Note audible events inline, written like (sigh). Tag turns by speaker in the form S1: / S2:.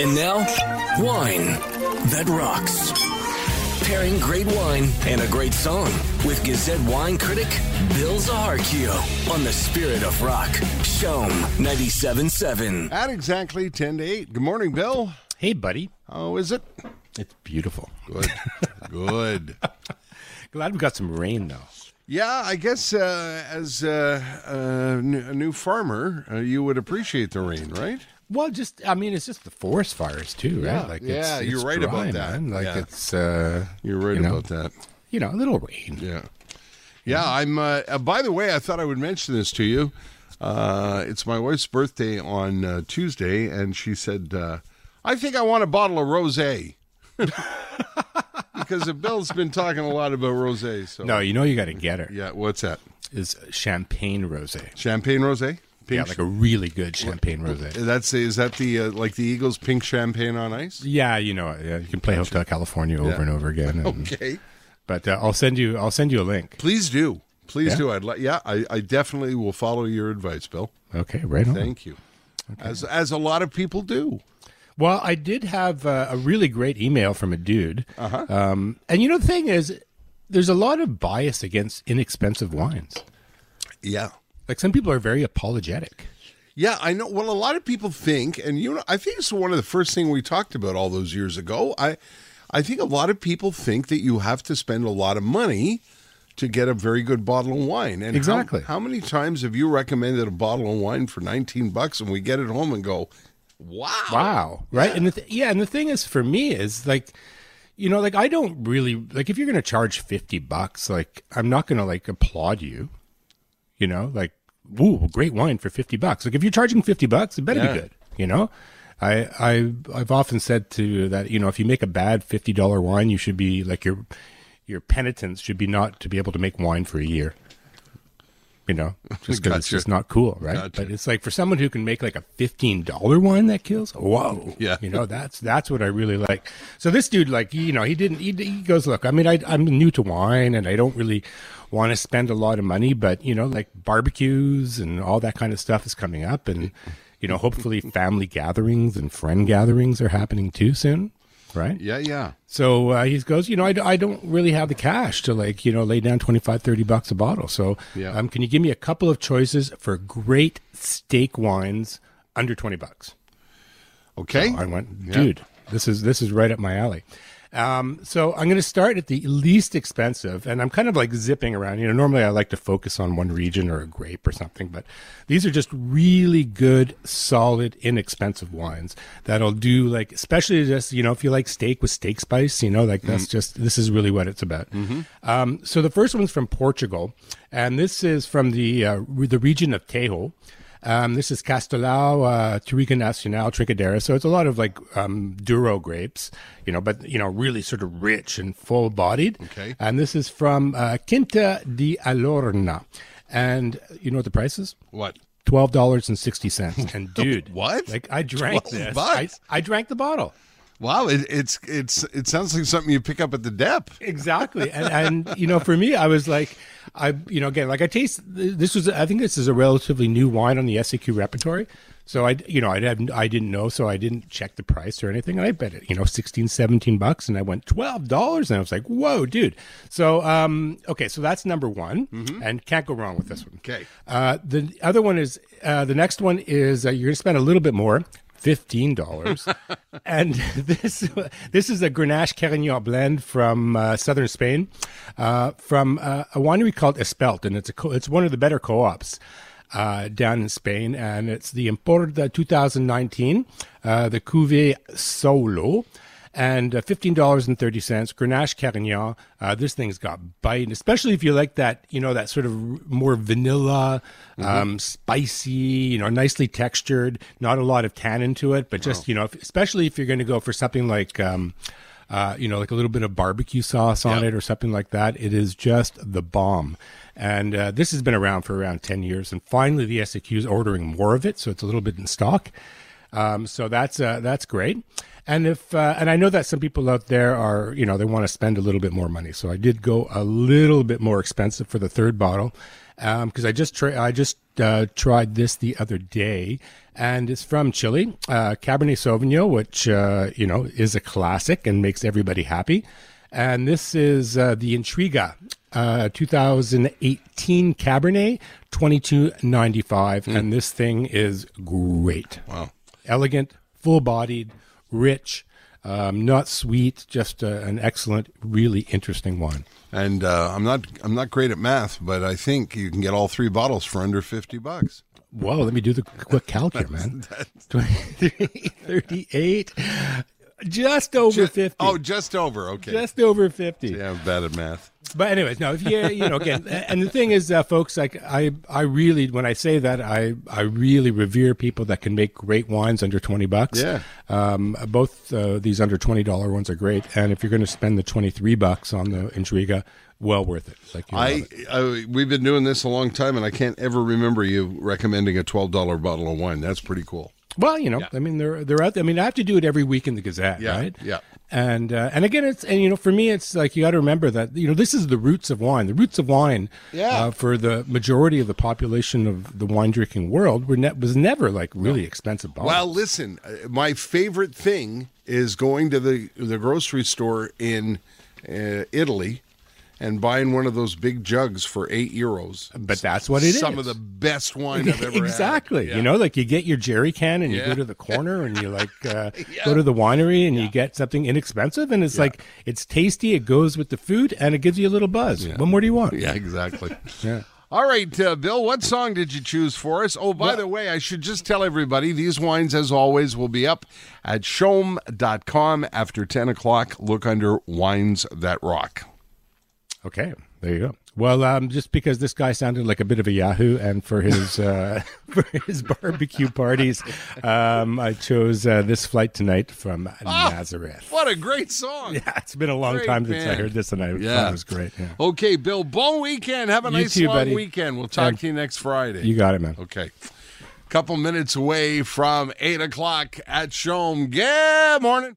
S1: And now, wine that rocks. Pairing great wine and a great song with Gazette wine critic Bill Zaharkio on the Spirit of Rock. Shome 97.7.
S2: At exactly 10 to 8. Good morning, Bill.
S3: Hey, buddy.
S2: How is it?
S3: It's beautiful.
S2: Good. Good.
S3: Glad we got some rain, though.
S2: Yeah, I guess uh, as uh, uh, n- a new farmer, uh, you would appreciate the rain, right?
S3: Well, just, I mean, it's just the forest fires, too,
S2: Yeah,
S3: right? Like,
S2: yeah, you're right about that.
S3: man. Like,
S2: Yeah.
S3: it's, uh,
S2: You're right
S3: You know.
S2: about that.
S3: you know, a little rain.
S2: Yeah. Yeah, I'm. Uh, uh, by the way, I thought I would mention this to you. Uh, it's my wife's birthday on uh, Tuesday, and she said, uh, I think I want a bottle of rose. (laughs) because uh, Bill's been talking a lot about rose. So.
S3: No, you know, you got to get her.
S2: Yeah, what's that?
S3: Is champagne rose.
S2: Champagne rose? Pink
S3: Yeah, like a really good champagne rose.
S2: That's is that the uh, like the Eagles pink champagne on ice?
S3: Yeah, you know, yeah, you can play Hotel California over
S2: Yeah.
S3: and over again. (laughs) and-
S2: Okay,
S3: But uh, I'll send you, I'll send you a link.
S2: please do, please
S3: Yeah.
S2: do. I'd like, yeah, I, I definitely will follow your advice, Bill.
S3: Okay, right on.
S2: Thank you, as as a lot of people do.
S3: Well, I did have uh, a really great email from a dude. Uh-huh. Um, and you know, the thing is, there's a lot of bias against inexpensive wines.
S2: Yeah,
S3: Like some people are very apologetic.
S2: yeah, I know. Well, a lot of people think, and you know, I think it's one of the first thing we talked about all those years ago. I, I think a lot of people think that you have to spend a lot of money to get a very good bottle of wine. And how-
S3: Exactly.
S2: how many times have you recommended a bottle of wine for nineteen bucks, and we get it home and go, wow,
S3: Wow, right? And the th- yeah, and the thing is, for me, is like, you know, like I don't really like if you're going to charge fifty bucks, like I'm not going to like applaud you. You know, like, woo, great wine for fifty bucks. Like if you're charging fifty bucks, it better
S2: Yeah.
S3: be good. You know, I I I've often said to that, you know, if you make a bad fifty dollar wine, you should be like your your penitence should be not to be able to make wine for a year. You know, just because it's
S2: Gotcha.
S3: just not cool, right?
S2: Gotcha.
S3: But it's like for someone who can make like a fifteen dollar wine that kills. Whoa,
S2: Yeah.
S3: you know that's that's what I really like. So this dude, like you know, he didn't. He, he goes, look, I mean, I, I'm new to wine, and I don't really want to spend a lot of money, but you know, like barbecues and all that kind of stuff is coming up, and you know, hopefully family gatherings and friend gatherings are happening too soon, right?
S2: Yeah, yeah.
S3: So uh, he goes, you know, I, d- I don't really have the cash to like, you know, lay down 25, 30 bucks a bottle. So
S2: Yeah.
S3: um, can you give me a couple of choices for great steak wines under 20 bucks?
S2: Okay.
S3: I went, dude, this is this is right up my alley. Um, so I'm going to start at the least expensive, and I'm kind of like zipping around. You know, normally I like to focus on one region or a grape or something, but these are just really good, solid, inexpensive wines that'll do. Like, especially just you know, if you like steak with steak spice, you know, like that's just this is really what it's about. Um, so the first one's from Portugal, and this is from the uh, re- the region of Tejo. Um, this is Castellao, uh, Tarica Nacional, Trincadera. So it's a lot of like um, Duro grapes, you know, but, you know, really sort of rich and full bodied.
S2: Okay.
S3: And this is from uh, Quinta di Alorna. And you know what the price is?
S2: What?
S3: Twelve dollars and sixty cents. And
S2: (laughs)
S3: dude,
S2: What?
S3: Like I drank
S2: 12
S3: this. I,
S2: bucks?
S3: I drank the bottle.
S2: Wow, it, it's it's it sounds like something you pick up at the dep.
S3: (laughs) exactly and and you know for me i was like i you know again like i taste this was i think this is a relatively new wine on the seq repertory so i you know i didn't i didn't know so i didn't check the price or anything and i bet it you know 16 17 bucks and i went 12 dollars and i was like whoa dude so um okay so that's number one and can't go wrong with this one
S2: Okay.
S3: uh, the other one is uh, the next one is uh, you're going to spend a little bit more, fifteen dollars, and (laughs) this this is a Grenache Carignan blend from uh, southern Spain, uh, from uh, a winery called Espelt, and it's a co- it's one of the better co-ops. Uh, down in Spain, and it's the Importa 2019, uh, the Cuvée Solo, and uh, fifteen dollars and thirty cents. Grenache Carignan. Uh, this thing's got bite, and especially if you like that, you know, that sort of r- more vanilla, um, spicy, you know, nicely textured, not a lot of tannin to it, but just you know, if, especially if you're going to go for something like. Um, uh, you know, like a little bit of barbecue sauce on it or something like that. It is just the bomb. And uh, this has been around for around 10 years. And finally, the SAQ is ordering more of it. So it's a little bit in stock. Um, so that's uh, that's great. And if uh, and I know that some people out there are you know they want to spend a little bit more money. So I did go a little bit more expensive for the third bottle, because I just tra- I just uh, tried this the other day, and it's from Chile, uh, Cabernet Sauvignon, which uh, you know is a classic and makes everybody happy. And this is uh, the Intriga, uh, 2018 Cabernet, 2295, and this thing is great. Wow, elegant, full-bodied, rich. Um, not sweet, just uh, an excellent, really interesting wine.
S2: And uh, I'm not I'm not great at math, but I think you can get all three bottles for under fifty bucks.
S3: Whoa, let me do the quick calc here, man. (laughs) 23, 38, just over 50.
S2: Oh, just over. Okay.
S3: just over 50.
S2: yeah, I'm bad at math.
S3: But anyways, no, if you you know again, and the thing is, uh, folks, like I I really when I say that I I really revere people that can make great wines under twenty bucks.
S2: Yeah.
S3: Um, both uh, these under twenty dollar ones are great, and if you're going to spend the twenty three bucks on the Intriga, well worth it. Like you
S2: I, I we've been doing this a long time, and I can't ever remember you recommending a twelve dollar bottle of wine. That's pretty cool.
S3: Well, you know, I mean, they're they're out. There. I mean, I have to do it every week in the Gazette,
S2: Yeah,
S3: right?
S2: yeah.
S3: And uh, and again, it's and you know, for me, it's like you got to remember that you know this is the roots of wine. The roots of wine,
S2: Yeah.
S3: uh, for the majority of the population of the wine drinking world, were ne- was never like really expensive bottles.
S2: Well, listen, uh, my favorite thing is going to the the grocery store in uh, Italy and buying one of those big jugs for eight euros.
S3: but that's what it is.
S2: Some of the best wine
S3: (laughs)
S2: I've ever had.
S3: exactly. You know, like you get your jerry can and you
S2: Yeah.
S3: go to the corner and you like
S2: (laughs)
S3: uh, go to the winery and you get something inexpensive and it's like it's tasty. It goes with the food and it gives you a little buzz. What more do you want?
S2: Yeah, exactly.
S3: (laughs)
S2: yeah. All right, uh, Bill, what song did you choose for us? Oh, by the way, I should just tell everybody these wines, as always, will be up at shom.com after 10 o'clock. Look under Wines That Rock.
S3: Okay, there you go. Well, um, just because this guy sounded like a bit of a Yahoo, and for his uh, (laughs) for his barbecue parties, um, I chose uh, this flight tonight from Nazareth. (laughs)
S2: What a great song.
S3: It's been a long
S2: Ah! Great
S3: time since I
S2: band.
S3: heard this, and I
S2: Yeah.
S3: thought it was great. Yeah.
S2: Okay, Bill, bon weekend. Have a
S3: You
S2: nice
S3: too,
S2: long
S3: buddy.
S2: weekend. We'll talk to you next Friday.
S3: You got it, man.
S2: okay. Couple minutes away from 8 o'clock at Shom. Good morning.